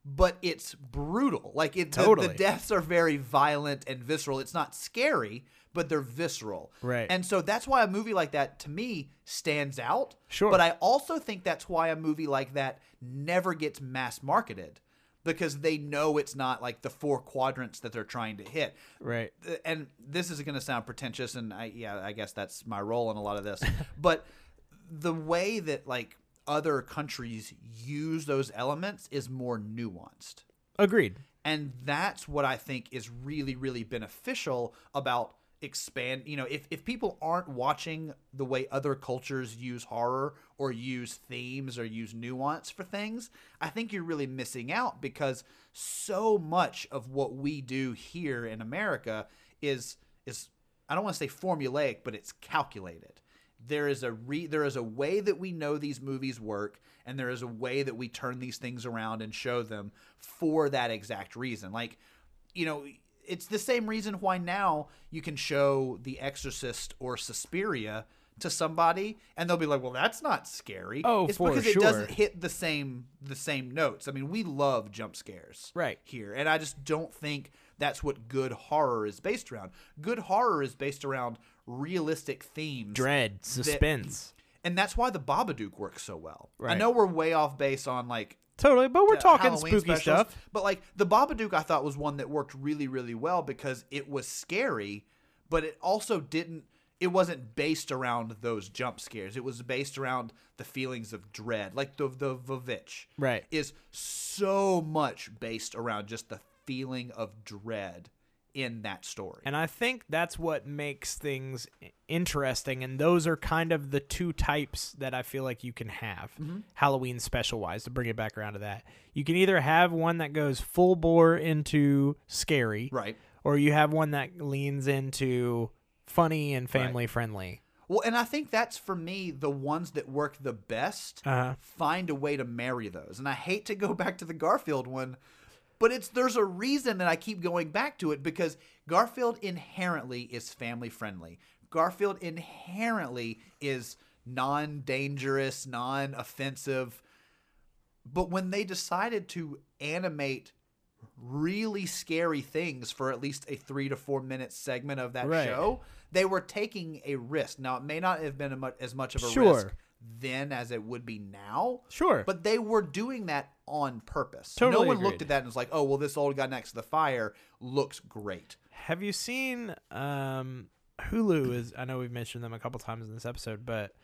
but it's brutal. Like it, the- the, Totally. deaths are very violent and visceral. It's not scary, but they're visceral. Right. And so that's why a movie like that to me stands out. Sure. But I also think that's why a movie like that never gets mass marketed because they know it's not like the four quadrants that they're trying to hit. right. Uh, And this is going to sound pretentious and I yeah, I guess that's my role in a lot of this. but the way that like other countries use those elements is more nuanced. Agreed. And that's what I think is really, really beneficial about expand you know if, if people aren't watching the way other cultures use horror or use themes or use nuance for things i think you're really missing out because so much of what we do here in america is is i don't want to say formulaic but it's calculated there is a re- there is a way that we know these movies work and there is a way that we turn these things around and show them for that exact reason like you know it's the same reason why now you can show the exorcist or suspiria to somebody and they'll be like well that's not scary Oh, it's for because sure. it doesn't hit the same the same notes i mean we love jump scares Right. here and i just don't think that's what good horror is based around good horror is based around realistic themes Dread, suspense. and that's why the Babadook works so well. I Right. know we're way off base on like totally, but we're uh, talking Halloween spooky specials, stuff. but like the Babadook, I thought was one that worked really, really well because it was scary, but it also didn't. It wasn't based around those jump scares. It was based around the feelings of dread, like the the Vavitch Right. is so much based around just the feeling of dread in that story. And I think that's what makes things i- interesting. And those are kind of the two types that I feel like you can have Halloween special wise, to bring it back around to that. You can either have one that goes full bore into scary, right. or you have one that leans into funny and family friendly. Well, and I think that's for me the ones that work the best Uh-huh. find a way to marry those. And I hate to go back to the Garfield one, but it's there's a reason that I keep going back to it because Garfield inherently is family friendly. Garfield inherently is non-dangerous, non-offensive. But when they decided to animate really scary things for at least a three to four minute segment of that Right. show, they were taking a risk. Now, it may not have been a mu- as much of a Sure. risk then as it would be now. Sure. But they were doing that on purpose. Totally no one agreed. looked at that and was like, oh, well, this old guy next to the fire looks great. Have you seen um, Hulu? Is I know we've mentioned them a couple times in this episode, but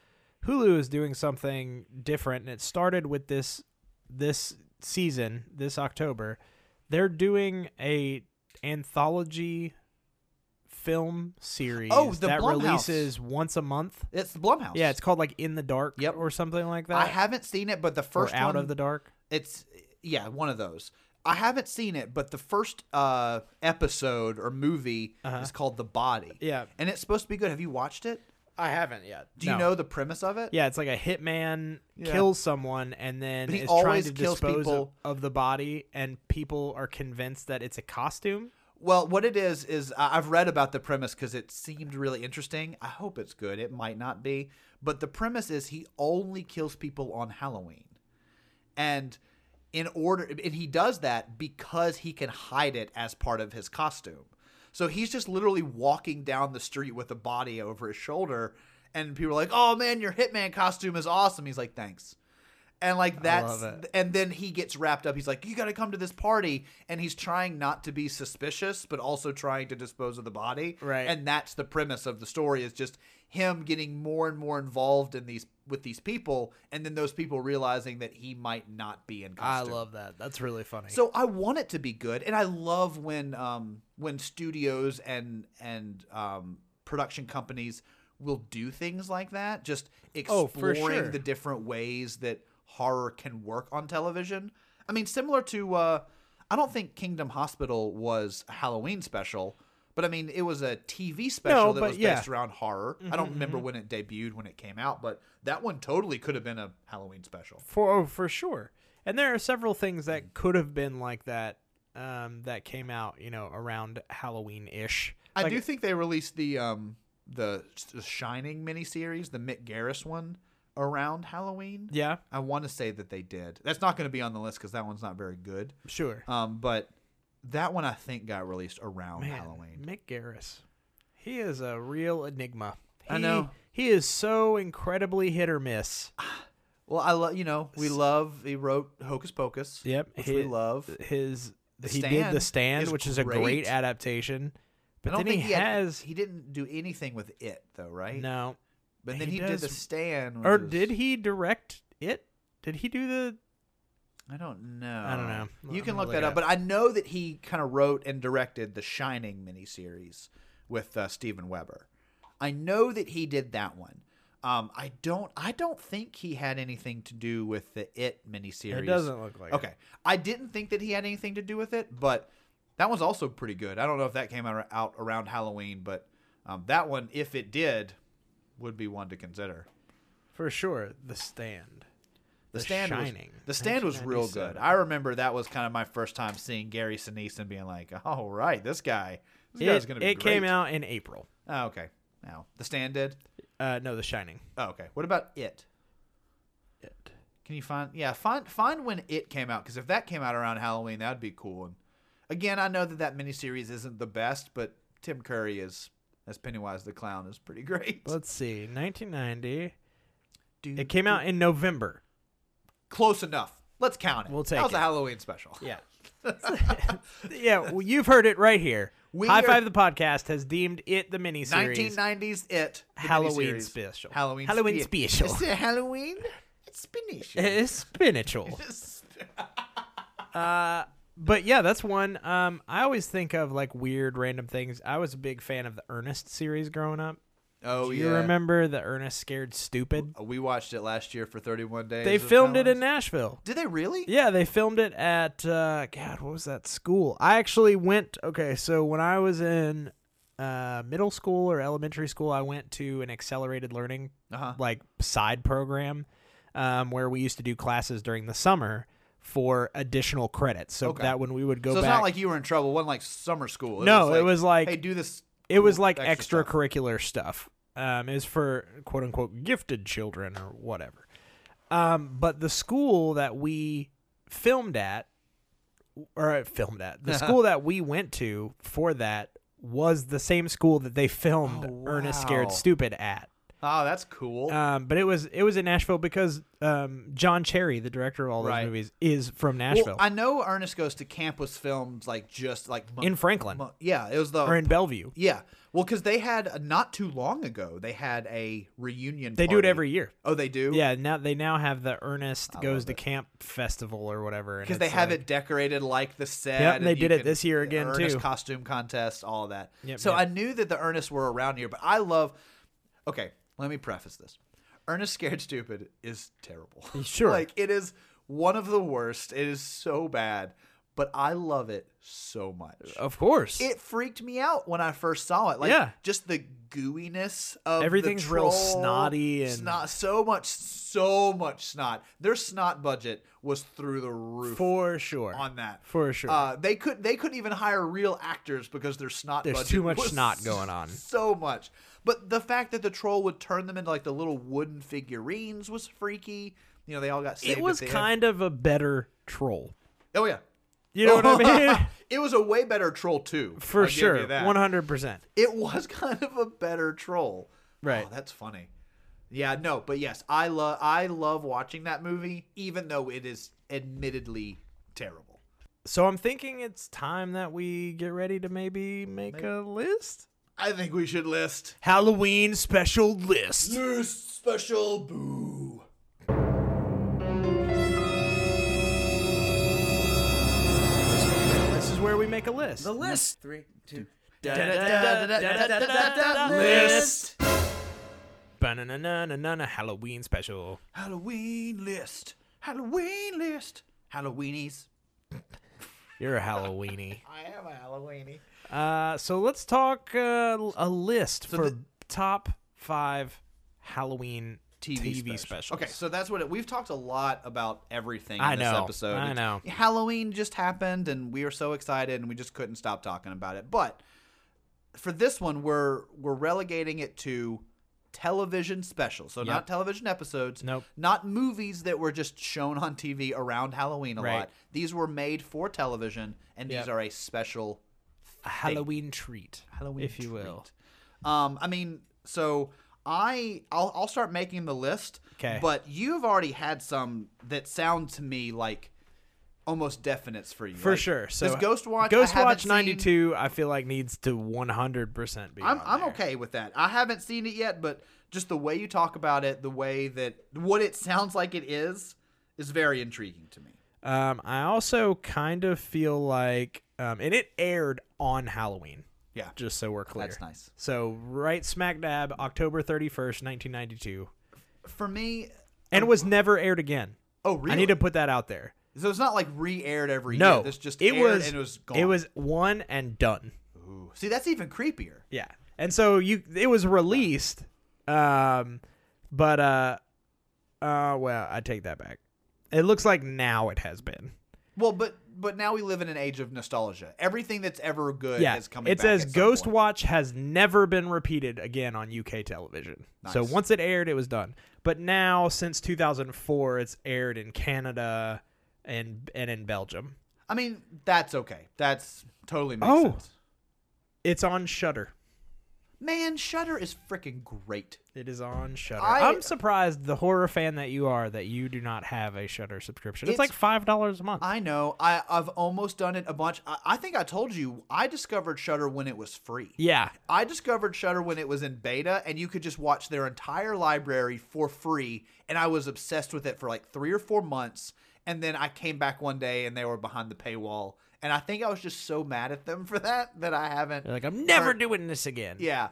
Hulu is doing something different, and it started with this this season, this October. They're doing a anthology film series Oh, the that Blumhouse. releases once a month. It's the Blumhouse. Yeah, it's called like In the Dark Yep. or something like that. I haven't seen it, but the or first Out one, of the Dark. It's yeah, one of those. I haven't seen it, but the first uh, episode or movie is called The Body. Uh-huh. Yeah. and it's supposed to be good. Have you watched it? I haven't yet. Do you know the premise of it? Yeah, it's like a hitman Yeah. kills someone and then But he is trying always to kills dispose people- of, of the body, and people are convinced that it's a costume. Well, what it is is I- I've read about the premise because it seemed really interesting. I hope it's good. It might not be, but the premise is he only kills people on Halloween, and in order, and he does that because he can hide it as part of his costume. So he's just literally walking down the street with a body over his shoulder, and people are like, "Oh man, your hitman costume is awesome." He's like, "Thanks." And like that's love it. and then he gets wrapped up. He's like, "You got to come to this party." And he's trying not to be suspicious, but also trying to dispose of the body. Right. And that's the premise of the story is just him getting more and more involved in these with these people and then those people realizing that he might not be in costume. that. That's really funny. So I want it to be good, and I love when um, when studios and and um, production companies will do things like that, just Oh, for exploring sure. the different ways that horror can work on television. I mean, similar to uh, I don't think Kingdom Hospital was a Halloween special. But I mean, it was a TV special that but was yeah. Mm-hmm, based around horror. I don't remember when it debuted, when it came out, but that one totally could have been a Halloween special. for oh, for sure. And there are several things Mm. that could have been like that um, that came out, you know, around Halloween ish. I do think they released the um the, the Shining miniseries, the Mick Garris one, around Halloween. Yeah, I want to say that they did. That's not going to be on the list because that one's not very good. sure. Um, but that one I think got released around Man, Halloween. Mick Garris, he is a real enigma. He, I know. he is so incredibly hit or miss. Well, I love you know we love he wrote Hocus Pocus. Yep, which he- we love. His The he did Stand the stand, is which is a great, great. adaptation. But I don't then think he, he, had- has he didn't do anything with it though, right? no, But then he he, did does- the Stand. or which is- did he direct it? Did he do the? I don't know. I don't know. You I'm can gonna look look that it up, but I know that he kind of wrote and directed the Shining miniseries with uh, Steven Weber. I know that he did that one. Um, I don't. I don't think he had anything to do with the It miniseries. It doesn't look like it. Okay, I didn't think that he had anything to do with it, but that one's also pretty good. I don't know if that came out, out around Halloween, but um, that one, if it did, would be one to consider. for sure. The stand. The The stand Shining, was the stand was real good. 1997. I remember that was kind of my first time seeing Gary Sinise and being like, "All right, this guy, this guy's It, gonna be it came great." out in April. Oh, okay, now the stand did. Uh, no, The Shining. Oh, okay. What about it? It. Can you find? Yeah, find find when it came out because if that came out around Halloween, that'd be cool. And again, I know that that miniseries isn't the best, but Tim Curry is as Pennywise the clown is pretty great. Let's see, 1990. Dude, It came out in November. close enough. Let's count it. We'll take that was it. a Halloween special. Yeah. yeah, well, you've heard it right here. We High are- Five the podcast has deemed it the miniseries. 1990s It the Halloween miniseries. special. Halloween Halloween special. Is it Halloween? It's Spanish. It's spinachal. It's- But yeah, that's one. Um, I always think of like weird random things. I was a big fan of the Ernest series growing up. oh Do yeah. Uh, you remember the Ernest Scared Stupid? We watched it last year for 31 days. They of filmed it in Halloween. Nashville. Did they really? Yeah, they filmed it at uh, God, what was that school? I actually went. Okay, so when I was in uh, middle school or elementary school, I went to an accelerated learning Uh-huh. like side program um, where we used to do classes during the summer for additional credits. So Okay. that when we would go so it's back, not like you were in trouble. It wasn't like summer school. No, it was like- hey, do this. it was cool like extra stuff. extracurricular stuff. Um, is for quote unquote gifted children or whatever. Um, but the school that we filmed at, or uh, filmed at, the school that we went to for that was the same school that they filmed Oh, Ernest wow. Scared Stupid at. Oh, that's cool. Um, but it was it was in Nashville because um, John Cherry, the director of all those Right. movies, is from Well, Nashville I know Ernest Goes to Campus films like just like mo- in Franklin mo- yeah, it was the or in Bellevue. yeah. Well, because they had uh, not too long ago they had a reunion. They do it party. every year. Oh, they do. Yeah, now they now have the Ernest goes love to it. camp festival or whatever and because they it's have like- it decorated like the set. Yep, and they you did it can- this year again, Ernest too. costume contest, all of that. Yep, so yep. I knew that the Ernest were around here, but I love. Okay, let me preface this. Ernest Scared Stupid is terrible. Sure. like it is one of the worst. It is so bad, but I love it so much. Of course. It freaked me out when I first saw it. Like Oh. Yeah. just the gooiness of the Everything's real troll. snotty and- snot. So much, so much snot. Their snot budget was through the roof for sure. on that. For sure. Uh, they could they couldn't even hire real actors because their snot. There's budget too much was snot going on. So much, but the fact that the troll would turn them into like the little wooden figurines was freaky. You know, they all got saved. it was at the kind of a better troll. End. Oh yeah, You know what I mean? it was a way better troll too. For I'll give you sure. that. 100%. It was kind of a better troll. Right. Oh, that's funny. Yeah, no, but yes, I love I love watching that movie, even though it is admittedly terrible. So I'm thinking it's time that we get ready to maybe make a list. I think we should list Halloween special list. Nurse Special Boo. This is where we make a list. list. Three, two. List. Ba-na-na-na-na-na Halloween special. Halloween list. Halloween list. Halloweenies. You're a Halloweeny. I am a Halloweeny. Uh, so let's talk uh, l- a list for the- top five Halloween TV, specials. Okay, so that's what it, we've talked a lot about everything in I this know, episode. I know. Halloween just happened and we were so excited and we just couldn't stop talking about it. But for this one we're we're relegating it to television specials. So not television episodes, Nope. not movies that were just shown on TV around Halloween a Right. lot. These were made for television and Yep. these are a special a Halloween treat, Halloween if you will. Um, I mean, so I I'll, I'll start making the list. 'Kay. But you've already had some that sound to me like almost definites for you. For Like, sure. So uh, this Ghost Watch, Ghost I haven't Watch seen- 92, I feel like needs to 100% be. I'm on I'm there. okay with that. I haven't seen it yet, but just the way you talk about it, the way that what it sounds like it is, is very intriguing to me. Um, I also kind of feel like, um, and it aired on Halloween. Yeah. Just so we're clear. That's nice. So right smack dab, October 31st, 1992, For me, and Um, was never aired again. oh really? I need to put that out there. so it's not like re-aired every No, year. This just it aired was and it was gone. It was one and done. see that's even creepier. Yeah, and so you it was released, um, but uh, uh, well, I take that back. It looks like now it has been. Well, but but now we live in an age of nostalgia. Everything that's ever good yeah, is coming. it back says at some Ghost point. Watch has never been repeated again on UK television. So Nice. once it aired, it was done. But now, since 2004, it's aired in Canada and and in Belgium. I mean, that's okay. That's totally makes Oh. sense. It's on Shutter. Man, Shutter is freaking great. It is on Shutter. I- I'm surprised the horror fan that you are that you do not have a Shutter subscription. It's, It's- like five dollars a month. I know. I I've almost done it a bunch. I, I think I told you I discovered Shutter when it was free. yeah, I discovered Shutter when it was in beta, and you could just watch their entire library for free. And I was obsessed with it for like three or four months. And then I came back one day, and they were behind the paywall. And I think I was just so mad at them for that that I haven't. You're like I'm never doing. doing this again. Yeah.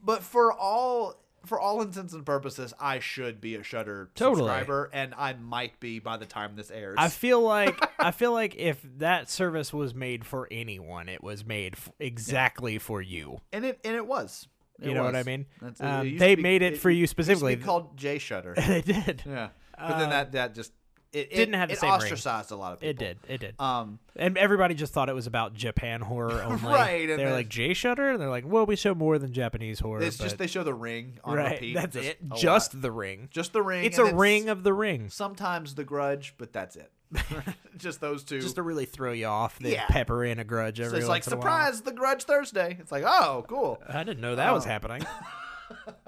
But for all for all intents and purposes, I should be a Shutter Totally. subscriber, and I might be by the time this airs. I feel like I feel like if that service was made for anyone, it was made f- exactly for you. and it and it was. It You know what I was. mean? That's- Um, used to they be- made it for you used to be specifically. called J Shutter. they did. yeah, but then that that just it, it- didn't have the it same ring. ostracized a lot of people. It did. It did. Um, and everybody just thought it was about Japan horror only. Right, and They're then- like J Shutter, and they're like, well, we show more than Japanese horror. it's just but- they show the ring on right. repeat. that's just it. a Just lot. the ring. just the ring. It's a and ring of the rings. sometimes the grudge, but that's it. just those two. Just to really throw you off, they Yeah. pepper in a grudge So every it's once like in a while. surprise, Oh. the Grudge Thursday. It's like oh, cool. I didn't know that was happening.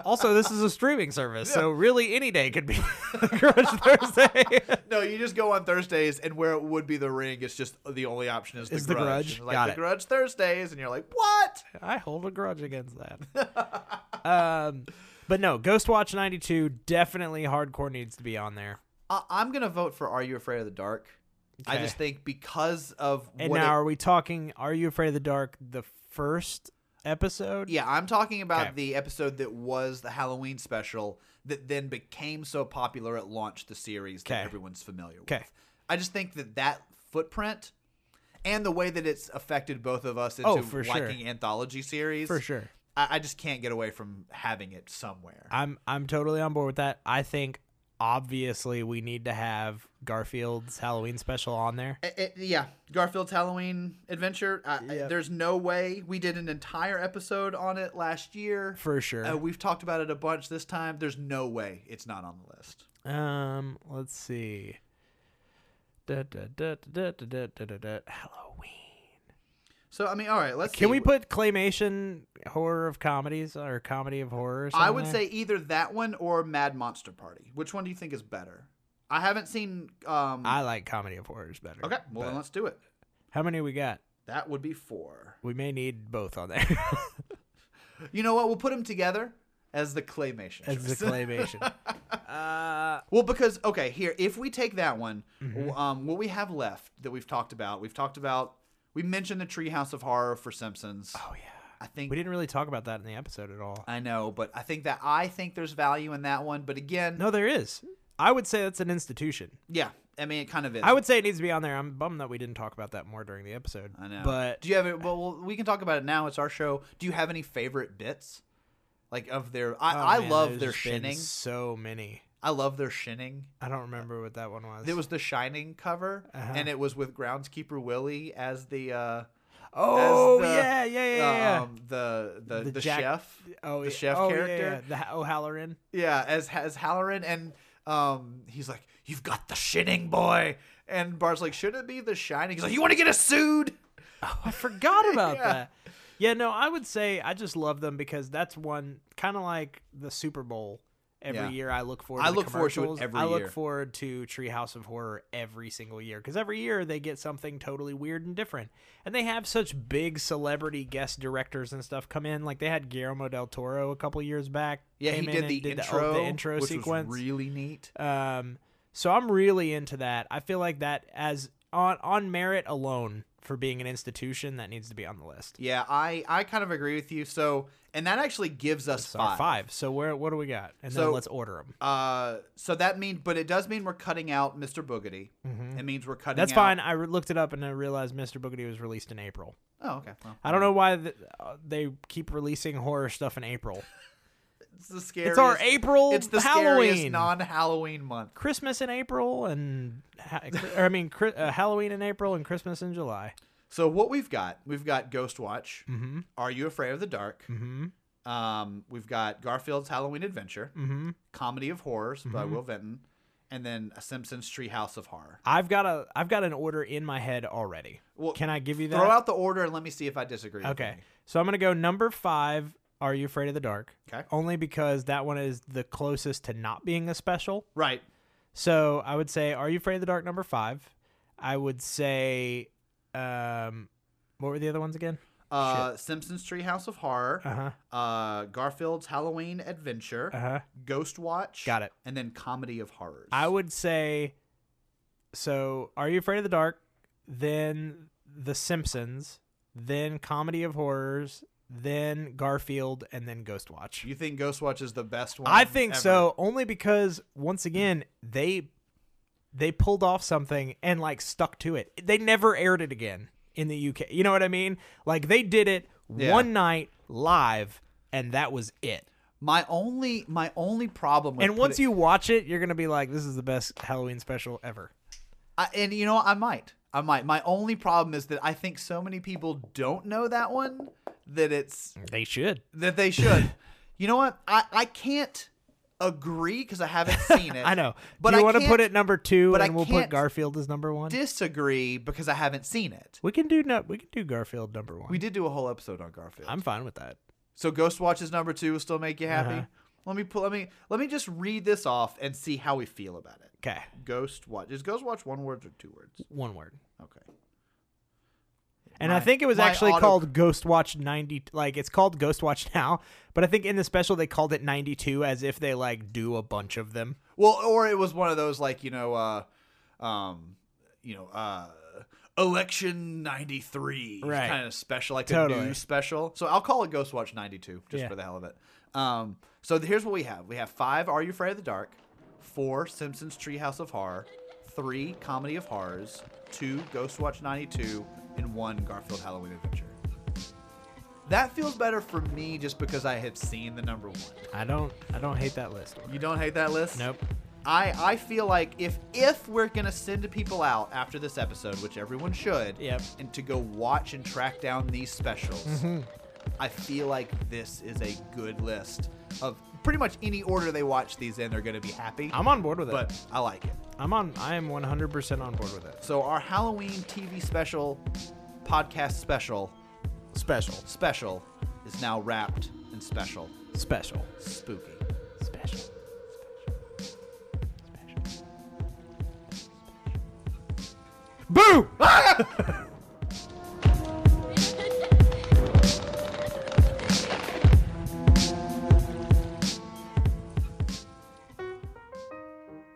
also, this is a streaming service, so really any day could be Grudge Thursday. No, you just go on Thursdays, and where it would be the ring, it's just the only option is the Is the grudge. Grudge. And like Got the it. Grudge Thursdays, and you're like, what? I hold a grudge against that. um, but no, Ghostwatch 92 definitely hardcore needs to be on there. I- I'm gonna vote for Are You Afraid of the Dark? I Okay. just think because of And what now, it- are we talking Are You Afraid of the Dark, the first episode? yeah, I'm talking about Okay. the episode that was the Halloween special that then became so popular it launched the series that Okay. everyone's familiar Okay. with. I just think that that footprint and the way that it's affected both of us into Oh, for sure. liking anthology series For sure. I, I just can't get away from having it somewhere. I'm I'm totally on board with that. I think obviously we need to have Garfield's Halloween special on there. I- I- yeah, Garfield's Halloween Adventure. I, I- there's no way we did an entire episode on it last year. For sure. Uh, we've talked about it a bunch this time. There's no way it's not on the list. Um, let's see. Da, da, da, da, da, da, da, da, da. Halloween. So I mean, all right, let's. Can see. we put claymation horror of comedies or comedy of horrors? I on would there? say either that one or Mad Monster Party. Which one do you think is better? I haven't seen. Um, I like comedy of horrors better. okay, well then let's do it. How many we got? That would be four. We may need both on there You know what? We'll put them together as the claymation. as the choice. claymation. uh, Well, because okay, here if we take that one, Mm-hmm. w um, what we have left that we've talked about, we've talked about, we mentioned the Treehouse of Horror for Simpsons. oh yeah, I think we didn't really talk about that in the episode at all. I know, but I think that I think there's value in that one. But again, No, there is. I would say that's an institution. yeah, I mean it kind of is. I would say it needs to be on there. I'm bummed that we didn't talk about that more during the episode. I know. but do you have it? Well, well, we can talk about it now. It's our show. Do you have any favorite bits? Like of their, I, Oh, I man, love there's their just been shinning. So many. I love their shinning. I don't remember what that one was. There was the Shining cover, Uh-huh. and it was with groundskeeper Willie as the. uh oh the- yeah, yeah, yeah, yeah. um, the the, The the, Jack- chef, oh, the yeah. chef Oh, yeah, character, yeah, the O'Halloran. yeah, as as Halloran, and um, he's like, "You've got the shinning boy," and Bart's like, "Should it be the shining?" He's like, "You want to get us sued?" I forgot about Yeah. that. Yeah, no, I would say I just love them because that's one kind of like the Super Bowl. Every Yeah. year, I look forward. I to the look forward to it commercials. every I look year. forward to Treehouse of Horror every single year because every year they get something totally weird and different, and they have such big celebrity guest directors and stuff come in. Like they had Guillermo del Toro a couple years back. Yeah, came he in did and the, the- intro, oh, the intro which sequence. was really neat. Um, so I'm really into that. I feel like that as on on merit alone for being an institution that needs to be on the list. Yeah, I I kind of agree with you. So, and that actually gives us It's our five. five. So where what do we got? And So- then let's order them. Uh, so that means, but it does mean we're cutting out Mr. Boogedy. It means we're cutting. Mm-hmm. That's out- fine. I re- looked it up and I realized Mr. Boogedy was released in April. Oh, okay. Well, I don't know why th- uh, they keep releasing horror stuff in April. it's the scariest. our April It's the Halloween. scariest non-Halloween month. Christmas in April and ha- or, I mean Chri- uh, Halloween in April and Christmas in July. So what we've got, we've got Ghost Watch. Are you afraid of the dark? Mm-hmm. Um, we've got Garfield's Halloween Adventure, Mm-hmm. Comedy of Horrors by Will Vinton, and then a Simpsons Treehouse of Horror. I've got a I've got an order in my head already. Well, Can I give you that? Throw out the order and let me see if I disagree. with Okay. any. So I'm going to go number five, Are You Afraid of the Dark? Okay. Only because that one is the closest to not being a special. Right. So I would say Are You Afraid of the Dark number five. I would say, um, what were the other ones again? Uh, Simpsons Treehouse of Horror, Uh huh. uh, Garfield's Halloween Adventure, Uh huh. Ghost Watch. Got it. And then Comedy of Horrors. I would say, so Are You Afraid of the Dark? Then The Simpsons, then Comedy of Horrors, then Garfield, and then Ghostwatch. You think Ghostwatch is the best one? I think ever? so, only because once again they they pulled off something and like stuck to it. They never aired it again in the UK. You know what I mean? Like they did it Yeah. one night live, and that was it. My only my only problem with And once putting- you watch it, you're gonna be like, "This is the best Halloween special ever." I, and you know I might I might my only problem is that I think so many people don't know that one that it's They should. that they should. you know what? I I can't agree because I haven't seen it. I know. but Do you I want to can't put it number two, but I and we'll put can't Garfield as number one? Disagree because I haven't seen it. we can do no. We can do Garfield number one. We did do a whole episode on Garfield. I'm fine with that. So Ghostwatch is number two will still make you happy. Uh-huh. Let me pull. Let me let me just read this off and see how we feel about it. Okay, Ghostwatch is Ghostwatch one word or two words? one word. Okay. And I My- think it was my actually auto- called Ghost Watch 90 like it's called Ghost Watch now, but I think in the special they called it 92 as if they like do a bunch of them. Well, or it was one of those like you know, uh, um, you know, uh, election '93 Right. kind of special, like a Totally. news special. So I'll call it Ghostwatch '92 just Yeah. for the hell of it. Um, so th- here's what we have: we have five Are You Afraid of the Dark, four Simpsons Treehouse of Horror, three Comedy of Horrors, two Ghostwatch '92, and one Garfield Halloween Adventure. That feels better for me just because I have seen the number one. I don't I don't hate that list. You don't hate that list? Nope. I I feel like if if we're gonna send people out after this episode, which everyone should, Yep. Mm-hmm. and to go watch and track down these specials, I feel like this is a good list of pretty much any order they watch these in, they're gonna be happy. I'm on board with it. but I like it. I'm on I am 100% on board with it. So our Halloween TV special, podcast special, Special. special is now wrapped and special, Special. spooky. Special. Boo!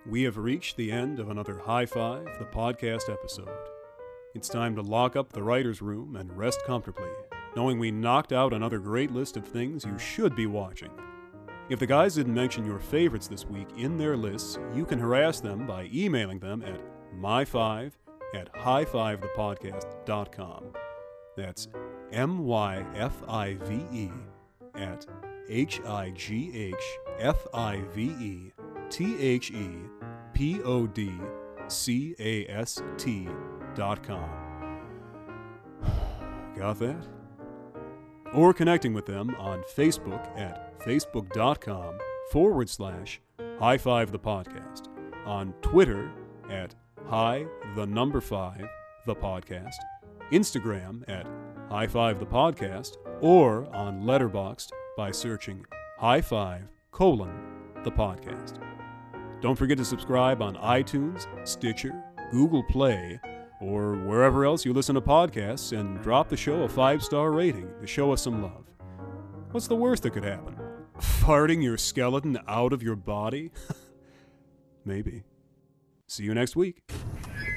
We have reached the end of another High Five, the podcast episode. It's time to lock up the writer's room and rest comfortably, knowing we knocked out another great list of things you should be watching. If the guys didn't mention your favorites this week in their lists, you can harass them by emailing them at my5 at highfivethepodcast.com. That's M Y F I V E at H I G H F I V E T H E P O D C A S T dot com. Got that? Or connecting with them on Facebook at facebook.com forward slash high five the podcast, on Twitter at high the number five the podcast, Instagram at high five the podcast, or on Letterboxd by searching high five colon the podcast. Don't forget to subscribe on iTunes, Stitcher, Google Play, or wherever else you listen to podcasts and drop the show a five star rating to show us some love. What's the worst that could happen? Farting your skeleton out of your body? Maybe. See you next week. And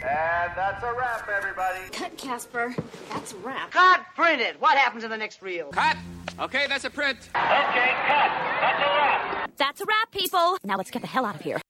that's a wrap, everybody. Cut, Casper. That's a wrap. Cut, print it. What happens in the next reel? Cut! Okay, that's a print. Okay, cut. That's a wrap. That's a wrap, people. Now let's get the hell out of here.